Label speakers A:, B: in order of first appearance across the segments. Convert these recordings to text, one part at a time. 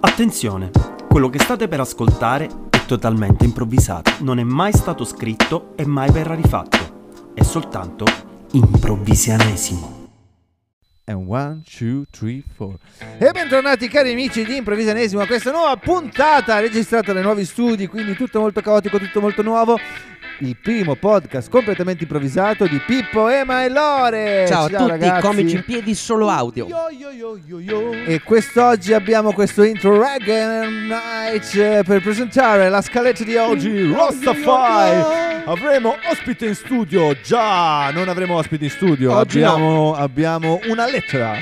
A: Attenzione, quello che state per ascoltare è totalmente improvvisato, non è mai stato scritto e mai verrà rifatto, è soltanto improvvisianesimo.
B: And one, two, three, four. E bentornati cari amici di Improvvisanesimo a questa nuova puntata registrata dai nuovi studi, quindi tutto molto caotico, tutto molto nuovo. Il primo podcast completamente improvvisato di Pippo, Ema e Lore.
C: Eh, Ciao a tutti,
B: ragazzi.
C: comici in piedi solo audio.
B: E quest'oggi abbiamo questo intro Reggae Night eh, per presentare la scaletta di oggi Rastafari. Avremo ospite in studio, già non avremo ospite in studio,
C: Oggi
B: abbiamo,
C: no.
B: abbiamo una lettera.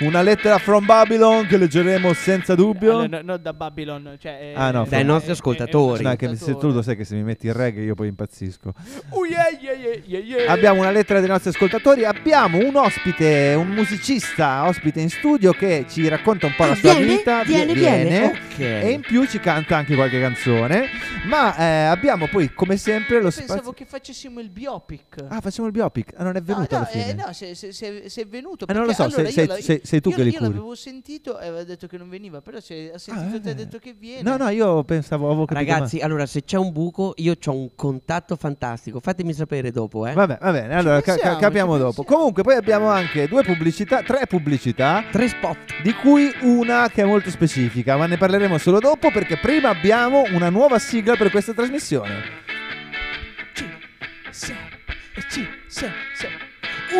B: Una lettera from Babylon che leggeremo senza dubbio.
D: Allora, no, no, da Babylon, cioè,
B: Ah, no,
C: Dai nostri ascoltatori.
B: No, è che mi- se tu lo sai che se mi metti il reggae io poi impazzisco.
D: Uh, yeah, yeah, yeah, yeah, yeah.
B: Abbiamo una lettera dei nostri ascoltatori, abbiamo un ospite, un musicista ospite in studio che ci racconta un po' la sua
C: Viene,
B: vita.
C: viene, viene. Ok.
B: E in più ci canta anche qualche canzone. Ma eh, abbiamo poi, come sempre, lo
D: Pensavo
B: spazio.
D: che facessimo il biopic.
B: Ah, facciamo il biopic. Ah, non è venuto
D: no,
B: alla
D: no,
B: fine.
D: eh, no, se, se- se- se è venuto.
B: Eh, non lo
D: perché
B: so,
D: allora
B: sei- sei-
D: io la-
B: sei- sei tu
D: io-
B: che li
D: Io
B: curi.
D: l'avevo sentito e aveva detto che non veniva, però se ha sentito
B: Ah,
D: te ha
B: eh.
D: detto che viene.
B: No, no, io pensavo, avevo capito.
C: Ragazzi, allora se c'è un buco, io ho un contatto fantastico. Fatemi sapere dopo, eh.
B: ma- Vabbè, va bene, allora ca- ca-
D: pensiamo,
B: capiamo
D: ci
B: dopo.
D: pensiamo.
B: Comunque, poi abbiamo anche due pubblicità, tre pubblicità,
C: Tre spot.
B: di cui una che è molto specifica, ma ne parleremo solo dopo perché prima abbiamo una nuova sigla per questa trasmissione.
D: Ci, se, ci, se, se.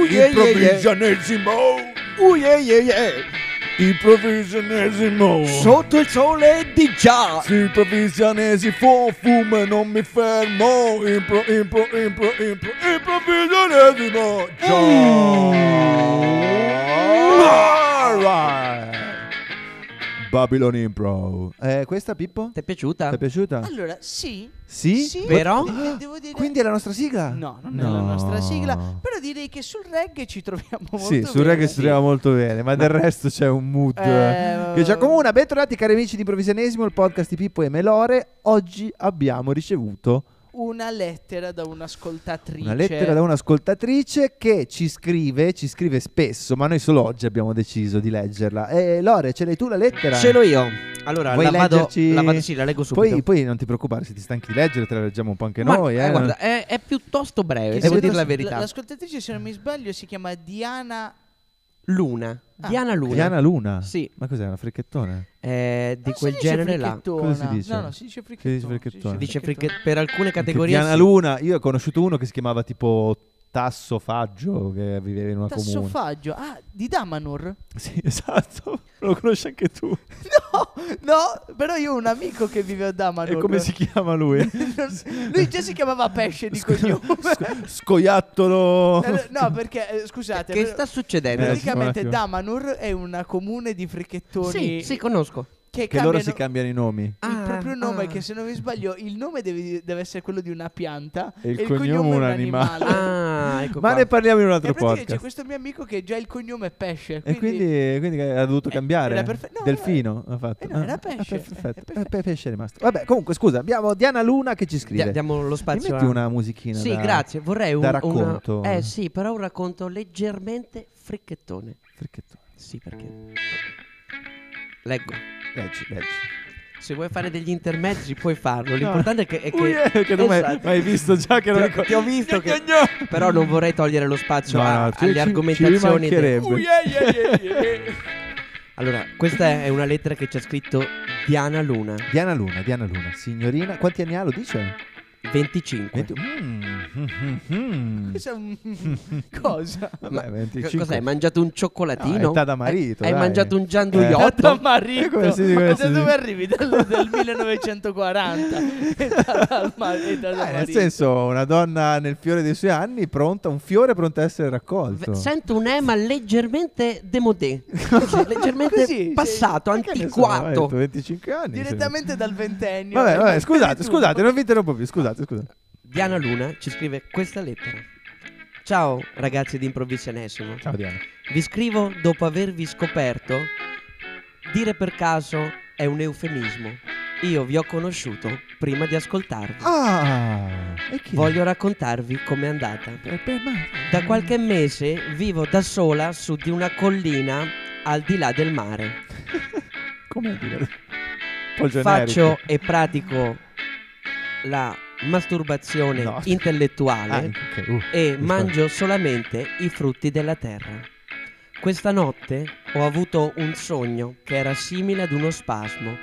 B: Improvvisionesimo! Improvvisionesimo!
C: eh, Sotto il sole di già.
B: Si provvisionesi fumo, fumo e non mi fermo Impro, impro, impro, impro, improvvisionesimo Mm. Alright. Babylon Impro eh, Questa Pippo?
C: Ti è piaciuta?
B: Ti è piaciuta?
D: Allora, sì.
B: Sì? Ah,
D: Sì,
C: Però?
D: devo- devo dire-
B: Quindi è la nostra sigla?
D: No, non è la nostra sigla. Però direi che sul reggae ci troviamo molto
B: Sì, sul
D: bene.
B: reggae si trova molto bene Ma del resto c'è un mood
D: Eh,
B: Che ci accomuna, bentornati cari amici di Provisionesimo, il podcast di Pippo e Melore. Oggi abbiamo ricevuto
D: Una lettera da un'ascoltatrice.
B: Una lettera da un'ascoltatrice che ci scrive, ci scrive spesso, ma noi solo oggi abbiamo deciso di leggerla. Eh, Lore, ce l'hai tu la lettera?
C: Ce l'ho io. Allora,
B: Vuoi
C: la vado,
B: leggerci?
C: la vado, sì, la leggo subito.
B: Poi, poi non ti preoccupare, se ti stanchi di leggere, te la leggiamo un po' anche
C: Ma-
B: noi. Eh,
C: guarda, è, è piuttosto breve,
B: Che
C: devo
B: sia-
C: dire la
B: la-
C: verità.
D: L- L'ascoltatrice, se non mi sbaglio, si chiama Diana.
C: Luna.
D: Ah.
C: Diana Luna.
B: Diana Luna?
C: Sì.
B: Ma cos'è, una fricchettone?
C: eh, di
D: Non si
C: quel
D: dice
C: genere là.
D: fricchettona.
B: Cosa si dice?
D: No, no, si dice
B: dice
D: fricchettone.
B: fricchettone.
C: Si dice
D: fricchettone.
C: perché per alcune
B: Anche
C: categorie
B: Diana
C: sì.
B: Luna, io ho conosciuto uno che si chiamava tipo Tasso Faggio, che viveva in una comune.
D: Tassofaggio. Ah, di Damanur?
B: sì, esatto, lo conosci anche tu.
D: No, no, però io ho un amico che vive a Damanur.
B: e come si chiama lui?
D: Non- Lui già si chiamava Pesce di cognome.
B: Sco- scoiattolo...
D: Eh, No, perché eh, scusate,
C: Che
D: però-
C: sta succedendo?
B: Eh,
D: praticamente
B: sì, un attimo.
D: Damanur è una comune di fricchettoni
C: Sì, sì, conosco.
D: che,
B: Che loro si
D: cambiano-
B: cambiano i nomi.
C: Ah,
D: il proprio nome,
C: ah.
D: che se non mi sbaglio, il nome deve, deve essere quello di una pianta
B: E il cognome un animale.
C: Ah, ecco
B: Ma
C: qua.
B: ne parliamo in un
D: E
B: altro
D: praticamente c'è
B: podcast.
D: questo mio amico che già il cognome è pesce.
B: E
D: Quindi,
B: quindi, quindi ha dovuto
D: Eh,
B: cambiare
D: era perfe- no,
B: Delfino ha fatto.
D: eh, no, era
B: Ah,
D: pesce,
B: ah, perfetto.
D: eh, perfetto.
B: Eh, pesce è rimasto. Vabbè, comunque scusa, abbiamo Diana Luna che ci
C: Dia-
B: scrive.
C: diamo lo
B: Mi
C: spazio
B: metti
C: a-
B: una musichina
C: Sì,
B: da-
C: grazie. Vorrei un
B: da
C: una-
B: racconto.
C: eh sì, però un racconto leggermente fricchettone.
B: Perché tu-
C: Sì, perché Leggo.
B: Leggi, leggi.
C: Se vuoi fare degli intermezzi puoi farlo. L'importante è che, è che-
B: Ui, eh, ecco. che tu m'hai-
C: Esatto.
B: m'hai visto già che non
C: Ti-
B: ricordo.
C: ti ho visto che-
B: Gna, gna, gna.
C: Però non vorrei togliere lo spazio
B: No,
C: a-
B: no, ci-
C: alle
B: ci- Ci
C: argomentazioni. eh. de-
B: mancherebbe.
D: Uh, yeah, yeah, yeah, yeah.
C: Allora, questa è una lettera che ci ha scritto Diana Luna,
B: Diana Luna, Diana Luna, signorina, quanti anni ha? Lo dice?
C: 25.
B: Venti- Mm, mm, mm, mm.
D: Questa è un- cosa?
C: Ma-
B: Vabbè,
C: Co-
B: 25.
C: Cos'hai? Hai mangiato un cioccolatino?
B: No, è età da marito,
C: Hai, hai
B: dai.
C: mangiato un
B: Eh.
C: gianduiotto?
D: Da
B: Eh,
D: marito.
B: come
D: Ma
B: si dice, come si
D: da dove
B: dice?
D: arrivi? Dal, del 1940. E da- dal ma- e da- da
B: Eh, nel
D: marito.
B: senso, una donna nel fiore dei suoi anni, pronta, un fiore pronto a essere
C: V-
B: raccolto.
C: Sento un ema leggermente demodé, leggermente
D: Così, sì.
C: passato,
B: Che ne so, hai detto
C: antiquato.
B: 25 anni. sì.
D: Direttamente dal ventennio.
B: Vabbè, vabbè,
D: Eh,
B: scusate,
D: tu-
B: scusate, non vi interrompo più, scusate, scusate.
C: Diana Luna ci scrive questa lettera. Ciao ragazzi di Improvvisionesimo.
B: Ciao Diana.
C: Vi scrivo dopo avervi scoperto. Dire per caso è un eufemismo. Io vi ho conosciuto prima di ascoltarvi.
B: Ah! E chi?
C: Voglio raccontarvi com'è andata.
B: Per- per- ma-
C: Da qualche mese vivo da sola su di una collina al di là del mare.
B: Come dire? troppo generico.
C: faccio e pratico la masturbazione
B: No.
C: intellettuale
B: Ah, ok, uh,
C: e
B: mi
C: mangio solamente i frutti della terra. Questa notte ho avuto un sogno che era simile ad uno spasmo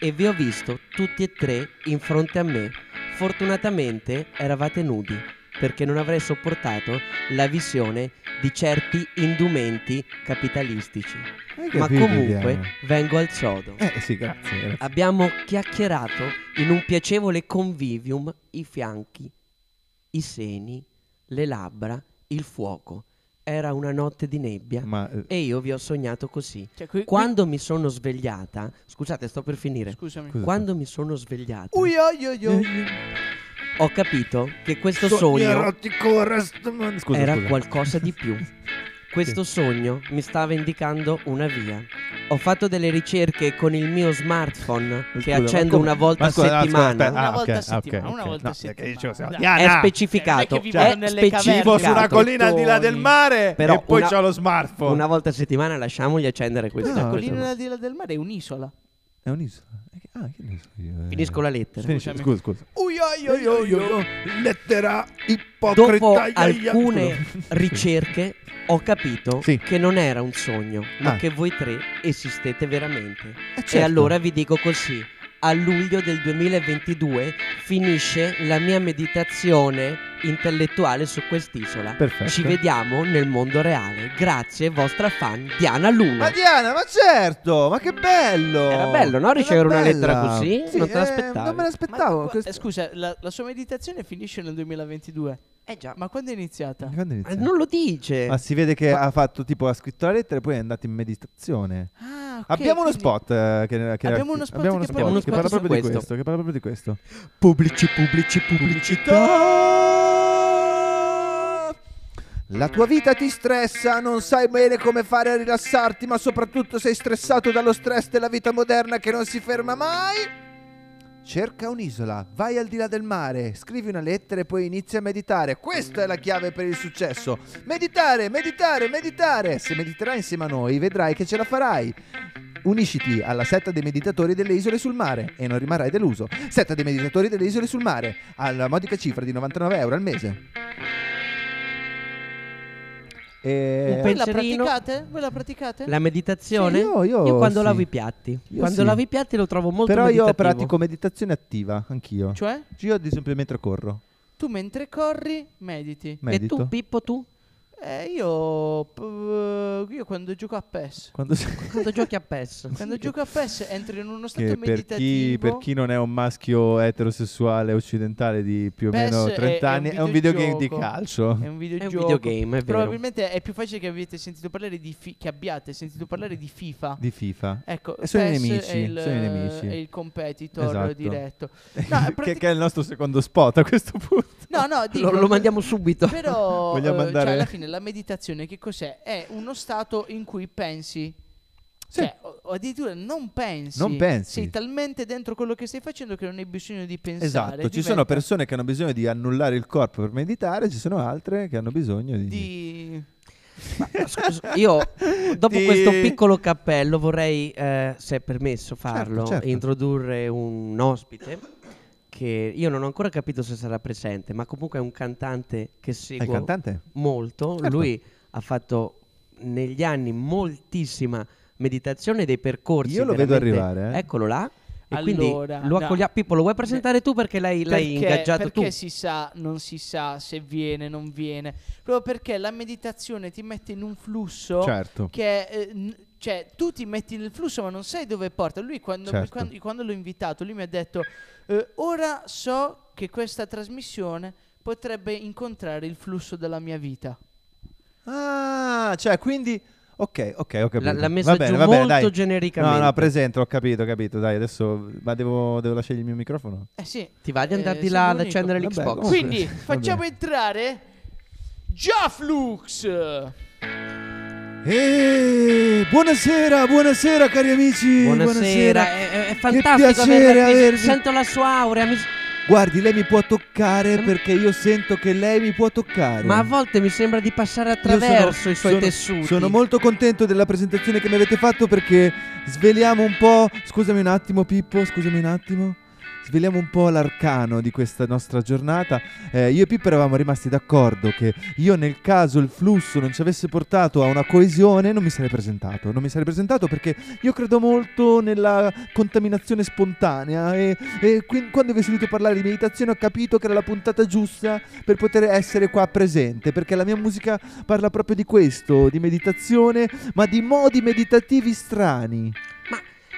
C: e vi ho visto tutti e tre in fronte a me. Fortunatamente eravate nudi perché non avrei sopportato la visione di certi indumenti capitalistici.
B: spavento. Hai
C: Ma
B: capito,
C: comunque
B: Diana?
C: vengo al sodo.
B: Eh sì, grazie. grazie.
C: Abbiamo chiacchierato in un piacevole convivium i fianchi, i seni, le labbra, il fuoco. Era una notte di nebbia
B: Ma eh,
C: e io vi ho sognato così.
D: Cioè, qui- qui-
C: Quando mi sono svegliata, scusate, sto per finire.
D: Scusami.
B: Scusa.
C: Quando mi sono svegliata,
D: Ui, oi, oi,
B: Eh,
D: oi.
C: ho capito che questo sogno
B: erotico rest- Scusa,
C: era
B: scusa.
C: qualcosa di più. Questo sogno mi stava indicando una via. Ho fatto delle ricerche con il mio smartphone che
B: Scusa, ma
C: accendo
B: come-
C: una volta
B: ma
C: a
B: scusa, no, scusa,
C: settimana.
B: aspetta,
D: Una
B: ah,
D: volta
B: ok,
D: a settimana,
B: ok,
D: una
B: ok.
D: volta a
B: No, eh, perché io ce l'ho-
D: settimana.
B: Diana!
C: è specificato.
D: Cioè, Ah, non è che vivono
C: è
D: nelle
B: Vivo
D: caverne.
B: sulla
D: Cercato.
B: collina al di là del mare
C: Però
B: e poi
C: una-
B: c'ho lo smartphone.
C: Una volta a settimana lasciamogli accendere questa
B: No,
C: cosa.
D: Collina alla di là del mare è un'isola.
B: È un'isola. Eh, che- Ah, che ne so io. eh.
C: Finisco la lettera.
B: Finisci,
D: Scusami.
B: Scusa, scusa. Lettera
C: Dopo alcune ricerche
B: Eh,
C: ho capito
B: Sì.
C: che non era un sogno, ma
B: Ah. Certo.
C: che voi tre esistete veramente. E allora vi dico così. A luglio del 2022 finisce la mia meditazione intellettuale su quest'isola.
B: Perfetto.
C: Ci vediamo nel mondo reale. Grazie, vostra fan Diana Luna.
B: Ma Diana, ma certo, ma che bello!
C: Era bello, no,
B: Era
C: ricevere una
B: bella.
C: lettera così? Non te
B: eh,
C: l'aspettavi.
B: Non me
D: Ma
B: l'aspettavo.
D: qua-
B: questo-
D: eh, Scusa, la, la sua meditazione finisce nel 2022.
C: Eh già,
D: Ma quando è iniziata?
B: Quando
C: ma
B: inizia?
C: non lo dice.
B: Ma si vede che ha fatto tipo ha scritto la lettera e poi è andato in meditazione.
D: Ah, ok,
B: abbiamo uno
D: quindi-
B: spot eh, che, che
D: Abbiamo uno spot
B: abbiamo
D: che
B: spot
C: parla
B: che
C: proprio
B: parla
C: su
B: proprio di
C: questo.
B: questo, che parla proprio di questo.
C: Pubblici, pubblici, pubblicità.
B: La tua vita ti stressa, non sai bene come fare a rilassarti, ma soprattutto sei stressato dallo stress della vita moderna che non si ferma mai. Cerca un'isola, vai al di là del mare, scrivi una lettera e poi inizia a meditare. Questa è la chiave per il successo. Meditare, meditare, meditare. Se mediterai insieme a noi, vedrai che ce la farai. Unisciti alla setta dei meditatori delle isole sul mare e non rimarrai deluso. Setta dei meditatori delle isole sul mare, alla modica cifra di 99 euro al mese. E...
C: Un
D: Voi la
C: Pensierino.
D: praticate? Voi la praticate?
C: La meditazione?
B: Sì, io- io
C: quando
B: sì.
C: lavo i piatti.
B: Io
C: quando
B: sì.
C: lavo i piatti lo trovo molto
B: Però io
C: meditativo.
B: pratico meditazione attiva, anch'io.
D: Cioè,
B: Io ad esempio mentre corro,
D: tu mentre corri, mediti.
B: medito.
C: E tu, Pippo, tu?
D: Eh, io, p- eh, io quando gioco a PES,
B: Quando sei...
C: Quando giochi a PES?
D: quando gioco a PES entro in uno stato
B: Che per chi,
D: meditativo.
B: per chi non è un maschio eterosessuale occidentale di più o
D: PES
B: meno
D: è-
B: 30
D: è un
B: anni, è un videogame di
D: videogioco.
B: calcio.
D: È un
C: È un
D: videogioco.
C: videogame, è vero.
D: Probabilmente è più facile che, avete sentito parlare di fi- che abbiate sentito parlare di FIFA.
B: Di FIFA.
D: Ecco,
B: E Eh, sono i
D: PES
B: nemici,
D: è il,
B: sono i nemici.
D: è il competitor
B: Esatto.
D: diretto. No,
B: che,
D: pratic-
B: che è il nostro secondo spot a questo punto.
D: no, no, dico,
C: Lo, lo mandiamo subito.
D: Però
B: Vogliamo
D: eh, cioè,
B: andare-
D: alla fine la meditazione che cos'è? È uno stato in cui pensi. Cioè, o o addirittura non pensi.
B: Non pensi.
D: Sei talmente dentro quello che stai facendo che non hai bisogno di pensare.
B: Esatto, ci
D: diventa
B: sono persone che hanno bisogno di annullare il corpo per meditare, ci sono altre che hanno bisogno di...
D: di...
C: Scusa, io, dopo
B: Di-
C: questo piccolo cappello, vorrei, eh, se è permesso farlo,
B: Certo, certo.
C: introdurre un ospite che io non ho ancora capito se sarà presente, ma comunque è un cantante
B: È
C: che
B: il
C: seguo
B: cantante?
C: molto.
B: Certo.
C: Lui ha fatto negli anni moltissima meditazione dei percorsi.
B: Io lo vedo
C: veramente-
B: arrivare, eh.
C: Eccolo là. E
D: Allora,
C: quindi lo
D: no.
C: accogliamo. Pippo, lo vuoi presentare tu perché l'hai, l'hai
D: perché,
C: ingaggiato
D: perché
C: tu?
D: si sa, non si sa se viene, non viene. Proprio perché la meditazione ti mette in un flusso
B: Certo.
D: che eh, n- cioè, tu ti metti nel flusso ma non sai dove porta. Lui quando,
B: Certo.
D: quando- quando l'ho invitato, lui mi ha detto eh, ora so che questa trasmissione potrebbe incontrare il flusso della mia vita.
B: Ah, cioè quindi... Ok, ok, ho capito.
C: L- l'ha messa
B: va bene,
C: giù
B: va bene,
C: molto
B: dai.
C: genericamente.
B: No, no, presente, ho capito, ho capito. Dai, adesso... Ma devo, devo lasciare il mio microfono?
D: Eh sì.
C: Ti va di
D: Eh,
C: andare di
D: sei
C: là ad
D: l'unico.
C: accendere
B: Vabbè,
C: l'Xbox?
B: comunque-
D: Quindi
B: Va bene.
D: facciamo entrare Giaflux.
B: Eh, buonasera, buonasera cari amici.
C: eh. Buonasera, È, è- è fantastico
B: piacere
C: averla qui.
B: avervi.
C: Sento la sua aurea. mi-
B: Guardi, lei mi può toccare perché io sento che lei mi può toccare.
C: Ma a volte mi sembra di passare
B: Io sono-
C: attraverso i suoi
B: sono-
C: tessuti.
B: Sono molto contento della presentazione che mi avete fatto perché sveliamo un po'. Scusami un attimo, Pippo, scusami un attimo. Sveliamo un po' l'arcano di questa nostra giornata. Eh, io e Pippo eravamo rimasti d'accordo che io, nel caso il flusso non ci avesse portato a una coesione, non mi sarei presentato. Non mi sarei presentato perché io credo molto nella contaminazione spontanea. E, e qui- quando vi ho sentito parlare di meditazione, ho capito che era la puntata giusta per poter essere qua presente. Perché la mia musica parla proprio di questo, di meditazione, ma di modi meditativi strani.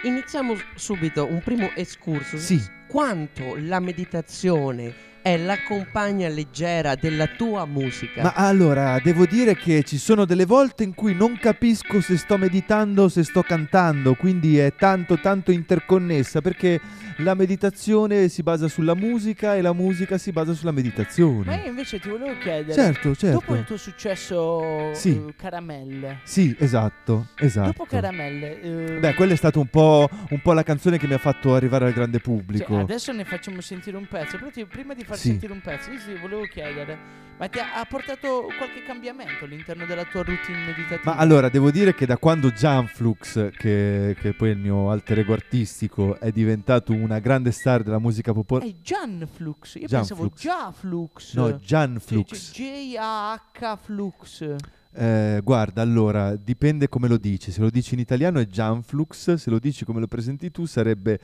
C: Iniziamo s- subito un primo escursus.
B: Sì.
C: Quanto la meditazione è la compagna leggera della tua musica.
B: Ma allora, devo dire che ci sono delle volte in cui non capisco se sto meditando o se sto cantando, quindi è tanto tanto interconnessa perché la meditazione si basa sulla musica e la musica si basa sulla
D: Ma io
B: meditazione.
D: invece ti volevo chiedere,
B: Certo,
D: dopo il
B: certo.
D: tuo successo
B: Sì.
D: eh, Caramelle,
B: Sì, esatto, esatto.
D: dopo Caramelle, eh,
B: Beh, quella è stata un po', un po' la canzone che mi ha fatto arrivare al grande
D: cioè,
B: pubblico.
D: adesso ne facciamo sentire un pezzo, però ti- prima di far
B: Sì.
D: sentire un pezzo, io ti volevo chiedere, ma ti ha, ha portato qualche cambiamento all'interno della tua routine meditativa?
B: Ma allora, devo dire che da quando Gianflux, che, che poi è il mio alter ego artistico, è diventato una grande star della musica popolare...
D: È Gianflux, io pensavo
B: Gianflux.
D: Eh, già Flux. cioè,
B: No, Gianflux.
D: J-A-H Flux.
B: Eh, guarda, allora, dipende come lo dici. Se lo dici in italiano è Gianflux, se lo dici come lo presenti tu sarebbe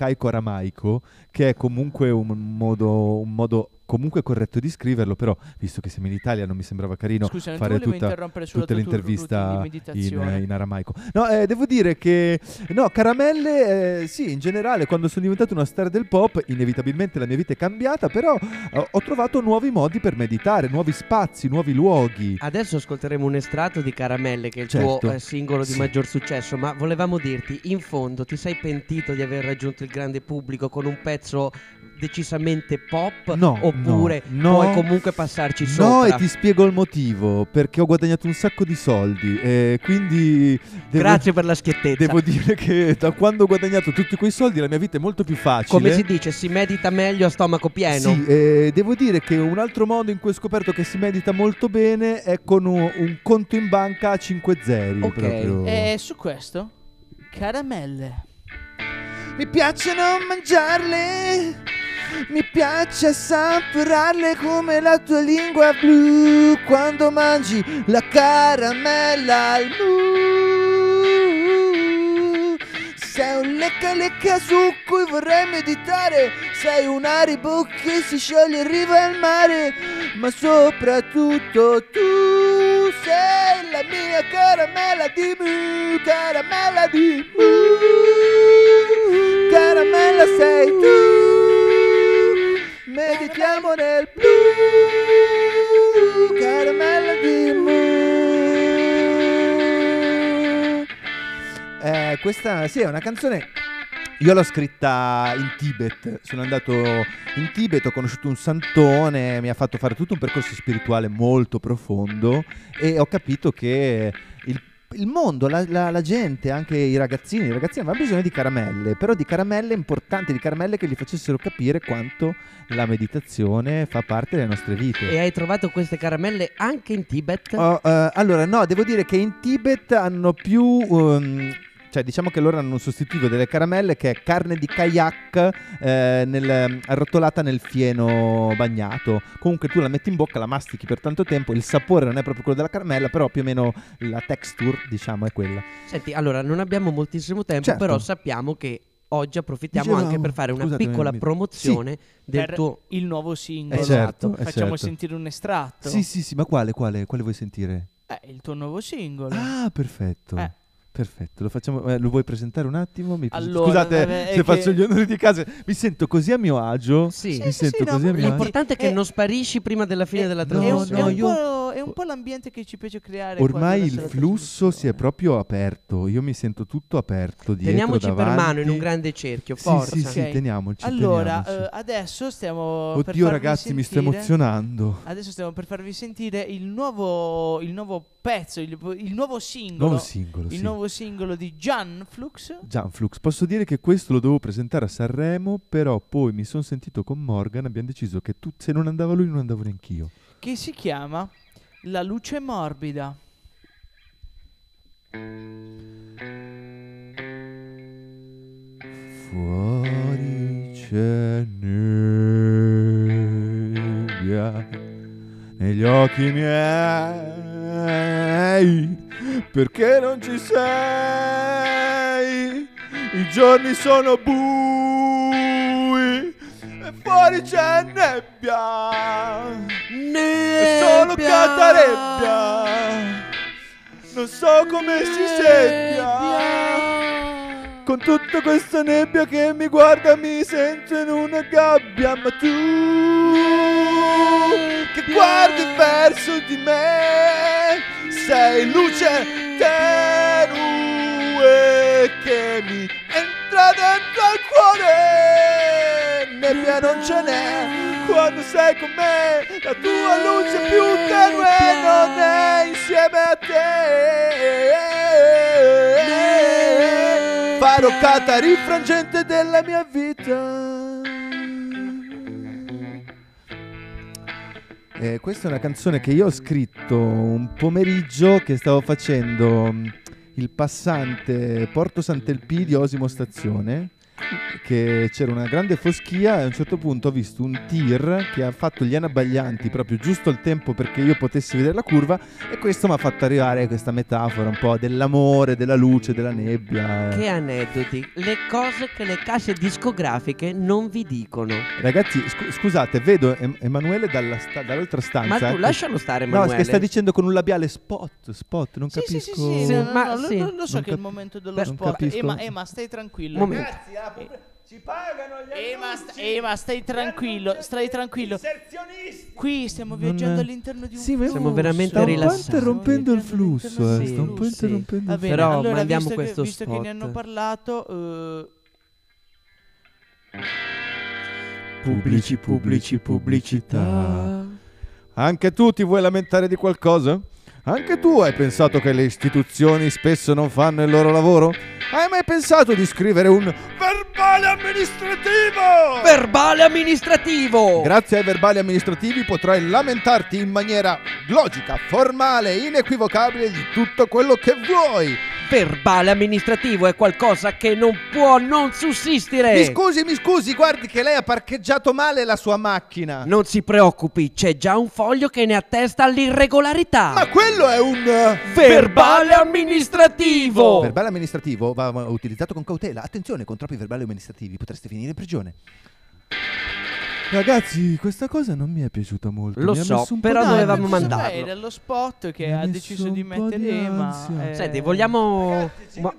B: arcaico-aramaico, che è comunque un modo, un modo comunque corretto di scriverlo, però visto che siamo in Italia non mi sembrava carino
D: Scusa, non ti
B: fare
D: volevo
B: tutta...
D: interrompere sulla
B: tutta
D: tua tu- routine
B: l'intervista
D: di
B: in, eh,
D: meditazione.
B: in aramaico. No, eh, devo dire che no, caramelle, eh, sì, in generale, quando sono diventato una star del pop, inevitabilmente la mia vita è cambiata, però eh, ho trovato nuovi modi per meditare, nuovi spazi, nuovi luoghi.
C: Adesso ascolteremo un estratto di Caramelle, che è il
B: Certo.
C: tuo eh, singolo di
B: Sì.
C: maggior successo, ma volevamo dirti, in fondo, ti sei pentito di aver raggiunto il grande pubblico con un pezzo decisamente pop?
B: No,
C: oppure
B: no,
C: puoi
B: no.
C: comunque passarci
B: No,
C: sopra?
B: e ti spiego il motivo, perché ho guadagnato un sacco di soldi e quindi devo,
C: Grazie per la schiettezza.
B: devo dire che da quando ho guadagnato tutti quei soldi la mia vita è molto più facile.
C: Come si dice, si medita meglio a stomaco pieno.
B: Sì, eh, devo dire che un altro modo in cui ho scoperto che si medita molto bene è con un, un conto in banca a 5 zeri.
C: Ok,
B: proprio.
D: E Eh, su questo, caramelle.
B: Mi piace non mangiarle, mi piace assaporarle come la tua lingua blu quando mangi la caramella al mu. Sei un lecca lecca su cui vorrei meditare, sei un aribo che si scioglie in riva al mare, ma soprattutto tu sei la mia caramella di mu, caramella di mu, caramella sei tu, meditiamo nel blu, caramella di mu. Eh, questa sì, è una canzone. Io l'ho scritta in Tibet. Sono andato in Tibet, ho conosciuto un santone, mi ha fatto fare tutto un percorso spirituale molto profondo e ho capito che il, il mondo, la, la- la gente, anche i ragazzini, i ragazzini avevano bisogno di caramelle, però di caramelle importanti, di caramelle che gli facessero capire quanto la meditazione fa parte delle nostre vite.
C: E hai trovato queste caramelle anche in Tibet?
B: Oh, eh, allora, no, devo dire che in Tibet hanno più. ehm, cioè, diciamo che loro hanno un sostitutivo delle caramelle che è carne di kayak eh, nel- arrotolata nel fieno bagnato. Comunque tu la metti in bocca, la mastichi per tanto tempo. Il sapore non è proprio quello della caramella, però più o meno la texture, diciamo, è quella.
C: Senti, allora non abbiamo moltissimo tempo,
B: Certo.
C: però sappiamo che oggi approfittiamo
B: Dicevamo,
C: anche per fare una
B: scusatemi,
C: piccola
B: mi-
C: promozione del
D: per
C: tuo
D: il nuovo singolo.
B: Eh certo, eh
D: Facciamo
B: certo.
D: sentire un estratto.
B: Sì, sì, sì, ma quale, quale, quale vuoi sentire?
D: Eh, il tuo nuovo singolo.
B: Ah, perfetto.
D: Eh.
B: Perfetto, lo, facciamo, eh, lo vuoi presentare un attimo? Mi presento-
D: Allora,
B: Scusate
D: vabbè, è
B: se
D: che-
B: faccio gli onori di casa, mi sento così a mio agio.
C: Sì. Sì,
B: mi
D: sì, sì,
B: sento
D: no,
B: così a
D: ma
B: mio agio.
C: L'importante è che
D: Eh,
C: non sparisci prima della fine
D: Eh,
C: della
B: no, no,
D: è, un, è
C: trasmissione.
D: un
B: io-
D: po', è un po' l'ambiente che ci piace creare.
B: Ormai
D: quando
B: il
D: la sera
B: flusso si è
D: trasmissione.
B: proprio aperto, io mi sento tutto aperto dietro,
C: Teniamoci per
B: davanti.
C: mano in un grande cerchio,
B: Sì,
C: forza.
B: Sì, sì,
D: Ok.
B: teniamoci,
D: Allora,
B: teniamoci.
D: eh, adesso stiamo. per
B: Oddio
D: farvi
B: ragazzi, mi sto
D: sentire-
B: emozionando.
D: Adesso stiamo per farvi sentire il nuovo, il nuovo pezzo, il, il nuovo singolo.
B: Nuovo singolo,
D: il
B: sì.
D: nuovo nuovo singolo di Gianflux.
B: Gianflux, posso dire che questo lo dovevo presentare a Sanremo, però poi mi sono sentito con Morgan, abbiamo deciso che tu, se non andava lui non andavo neanch'io.
D: che si chiama La luce morbida.
B: Fuori c'è nebbia negli occhi miei perché non ci sei. I giorni sono bui e fuori c'è nebbia. È solo Catarebbia. Non so come si seppia. Con tutta questa nebbia che mi guarda mi sento in una gabbia Ma tu che guardi verso di me Sei luce tenue che mi entra dentro al cuore Nebbia non ce n'è quando sei con me La tua luce più tenue non è insieme a te Farò cata rifrangente della mia vita
E: Eh, questa è una canzone che io ho scritto un pomeriggio che stavo facendo mm, il passante Porto Sant'Elpì di Osimo Stazione che c'era una grande foschia e a un certo punto ho visto un tir che ha fatto gli anabaglianti proprio giusto al tempo perché io potessi vedere la curva e questo mi ha fatto arrivare questa metafora un po' dell'amore, della luce, della nebbia.
C: Che aneddoti, le cose che le casse discografiche non vi dicono.
B: Ragazzi, scu- scusate, vedo Em- Emanuele dalla sta- dall'altra
C: Ma
B: stanza.
C: tu
E: eh.
B: che-
C: lascialo stare,
B: No,
C: Emanuele.
B: che sta dicendo con un labiale spot, spot, non
D: Sì, sì,
B: capisco.
D: sì, sì,
C: Sì,
D: no, no,
C: ma
D: no, lo-
C: sì.
D: lo, lo so
B: Non
D: che è
B: cap-
D: il momento dello
B: Beh, non
D: sport.
B: capisco.
D: Ema, Ema, stai tranquillo. Eh.
C: Momento.
B: ci pagano gli
D: Ema, sta- Ema, stai tranquillo, stai tranquillo. Qui stiamo viaggiando all'interno di un
B: Sì, ma io
D: flusso.
C: Siamo veramente
B: sta un po'
C: rilassati.
B: interrompendo il
D: Stiamo viaggiando
B: flusso, eh,
D: all'interno
B: sta un po'
D: del flusso.
B: interrompendo
D: Va
B: il
D: bene,
B: flusso.
C: Però
D: allora,
C: mandiamo
D: visto
C: questo
D: che, visto che ne
C: spot.
D: hanno parlato eh,
B: Pubblici, pubblici, pubblicità. Anche tu ti vuoi lamentare di qualcosa? Anche tu hai pensato che le istituzioni spesso non fanno il loro lavoro? Hai mai pensato di scrivere un verbale amministrativo?
C: Verbale amministrativo!
B: Grazie ai verbali amministrativi potrai lamentarti in maniera logica, formale e inequivocabile di tutto quello che vuoi.
C: Verbale amministrativo è qualcosa che non può non sussistere.
B: Mi scusi, mi scusi, guardi che lei ha parcheggiato male la sua macchina.
C: Non si preoccupi, c'è già un foglio che ne attesta l'irregolarità.
B: Ma quello è un... eh,
C: verbale amministrativo!
E: Verbale amministrativo va va utilizzato con cautela. Attenzione, con troppi verbali amministrativi potreste finire in prigione.
B: Ragazzi, questa cosa non mi è piaciuta molto.
C: Lo
B: mi ha
C: so,
B: messo un
C: però
B: po'
D: no,
B: di
C: dovevamo
B: ansia.
D: non so,
C: mandarlo.
D: beh, Era lo spot che
B: Mi ha
D: ha
B: messo
D: deciso
B: un
D: di
B: po' di
D: mettere Ema.
B: ansia.
D: eh,
C: Senti, vogliamo. Ma-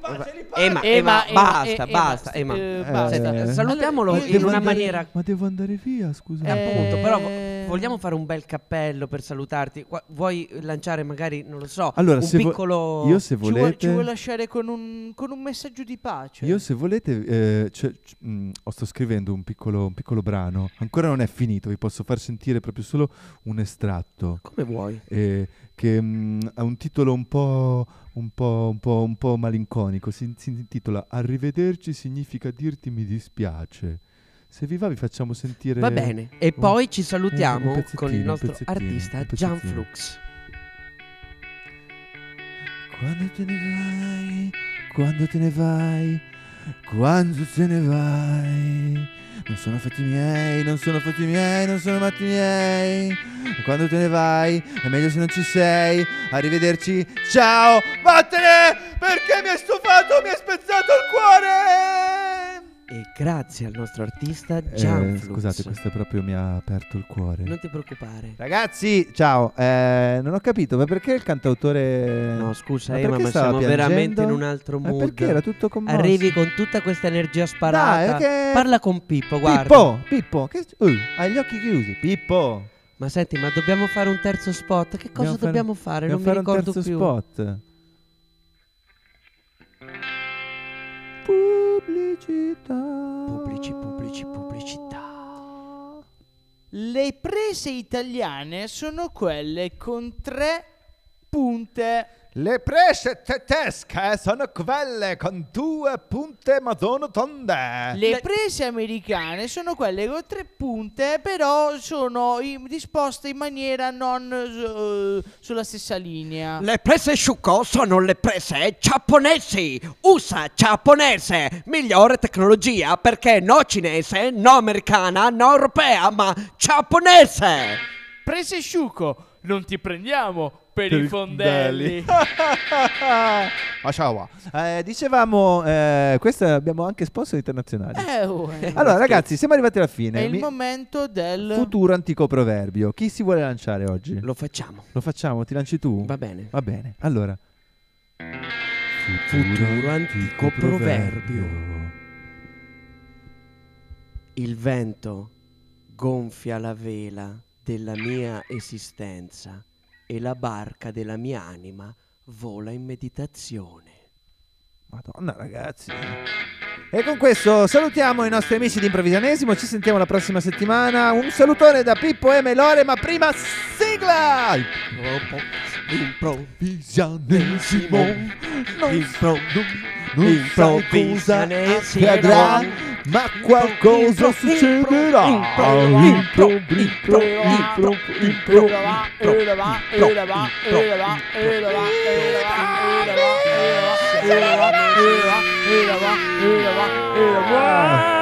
C: Ema, Ema, basta, basta, Ema.
D: eh,
B: Eh,
D: basta.
B: eh,
D: Allora,
C: salutiamolo
D: io-
C: in
B: Devo
C: una
B: andare-
C: maniera-
B: Ma devo andare via, scusa.
D: Eh,
C: Appunto, però
D: Eh.
C: vo- vogliamo fare un bel cappello per salutarti. Qua- Vuoi lanciare magari, non lo so,
B: Allora,
C: un
B: se vo-
C: piccolo.
B: io se
D: Ci vuoi,
B: volete...
D: ci vuoi lasciare con un, con un messaggio di pace?
B: Io se volete, eh, cioè, c- mh, ho- sto scrivendo un piccolo, un piccolo brano, ancora non è finito, vi posso far sentire proprio solo un estratto,
C: Come vuoi?
B: eh, che mh, ha un titolo un po', un po', un po', un po' malinconico, si, si intitola Arrivederci significa dirti mi dispiace. Se vi va vi facciamo sentire...
C: Va bene. E
B: Eh, un-
C: poi ci salutiamo
B: un pezzettino,
C: con il
B: un
C: nostro
B: pezzettino,
C: artista
B: un pezzettino.
C: Gianflux.
B: Quando te ne vai, quando te ne vai, quando te ne vai. Non sono fatti miei, non sono fatti miei, non sono fatti miei. Quando te ne vai, è meglio se non ci sei. Arrivederci, ciao, vattene, perché mi hai stufato, mi hai spezzato il cuore.
C: E grazie al nostro artista Gianflux.
B: Eh, scusate, Eh, questa proprio mi ha aperto il cuore.
C: Non ti preoccupare.
E: Ragazzi, ciao. Eh, non ho capito, ma perché il cantautore...
C: No, scusa,
E: Ma
C: Ema,
E: perché
C: ma
E: stava
C: siamo
E: piangendo?
C: veramente in un
B: Eh,
C: altro
E: Ma
C: mood.
E: perché era tutto commosso?
C: Arrivi con tutta questa energia
E: Dai,
C: sparata.
E: che...
C: Parla con Pippo, guarda.
E: Pippo, Pippo, che... Uh, hai gli occhi chiusi. Pippo.
C: Ma senti, ma dobbiamo fare un terzo spot? Che cosa
B: Dobbiamo fare-
C: dobbiamo fare?
B: Dobbiamo
C: Non mi
B: fare un
C: ricordo
B: terzo
C: più.
B: spot. Pubblicità.
C: Pubblici, pubblici, pubblicità.
D: Le prese italiane sono quelle con tre punte.
B: Le prese tedesche sono quelle con due punte madonna tonde.
D: Eh. Le prese americane sono quelle con tre punte, però sono i- disposte in maniera non eh, sulla stessa linea.
C: Le prese Shuko sono le prese giapponesi. USA giapponese, migliore tecnologia perché no cinese, no americana, no europea, ma giapponese.
D: Prese sciuco, non ti prendiamo per, i fondelli.
B: Ma ciao. Eh, dicevamo, eh, questo abbiamo anche sponsor internazionali.
D: Eh, oh, eh.
B: allora, ragazzi, siamo arrivati alla
D: è
B: fine.
D: il
B: Mi-
D: momento del...
B: Futuro antico proverbio. Chi si vuole lanciare oggi?
C: Lo facciamo.
B: Lo facciamo, ti lanci tu?
C: Va bene.
B: Va bene. Allora,
C: Futuro antico proverbio. Il vento gonfia la vela della mia esistenza e la barca della mia anima vola in meditazione.
B: Madonna, ragazzi. E con questo salutiamo i nostri amici di Improvvisanesimo. Ci sentiamo la prossima settimana. Un salutone da Pippo e Melore, ma prima sigla!
C: Improvvisanesimo,
F: Visianesimo. Non
C: impro-
F: non sai cosa
C: Improvvisanesimo.
F: accadrà, ma qualcosa succederà.
C: Impro- impro- impro-
F: Ah, impro-
D: E
F: impro-
D: la va, e la va, e la va, e la va, e la va, e la va, e la va, e la va, e la va, e la va, e la va, e la va, e la va.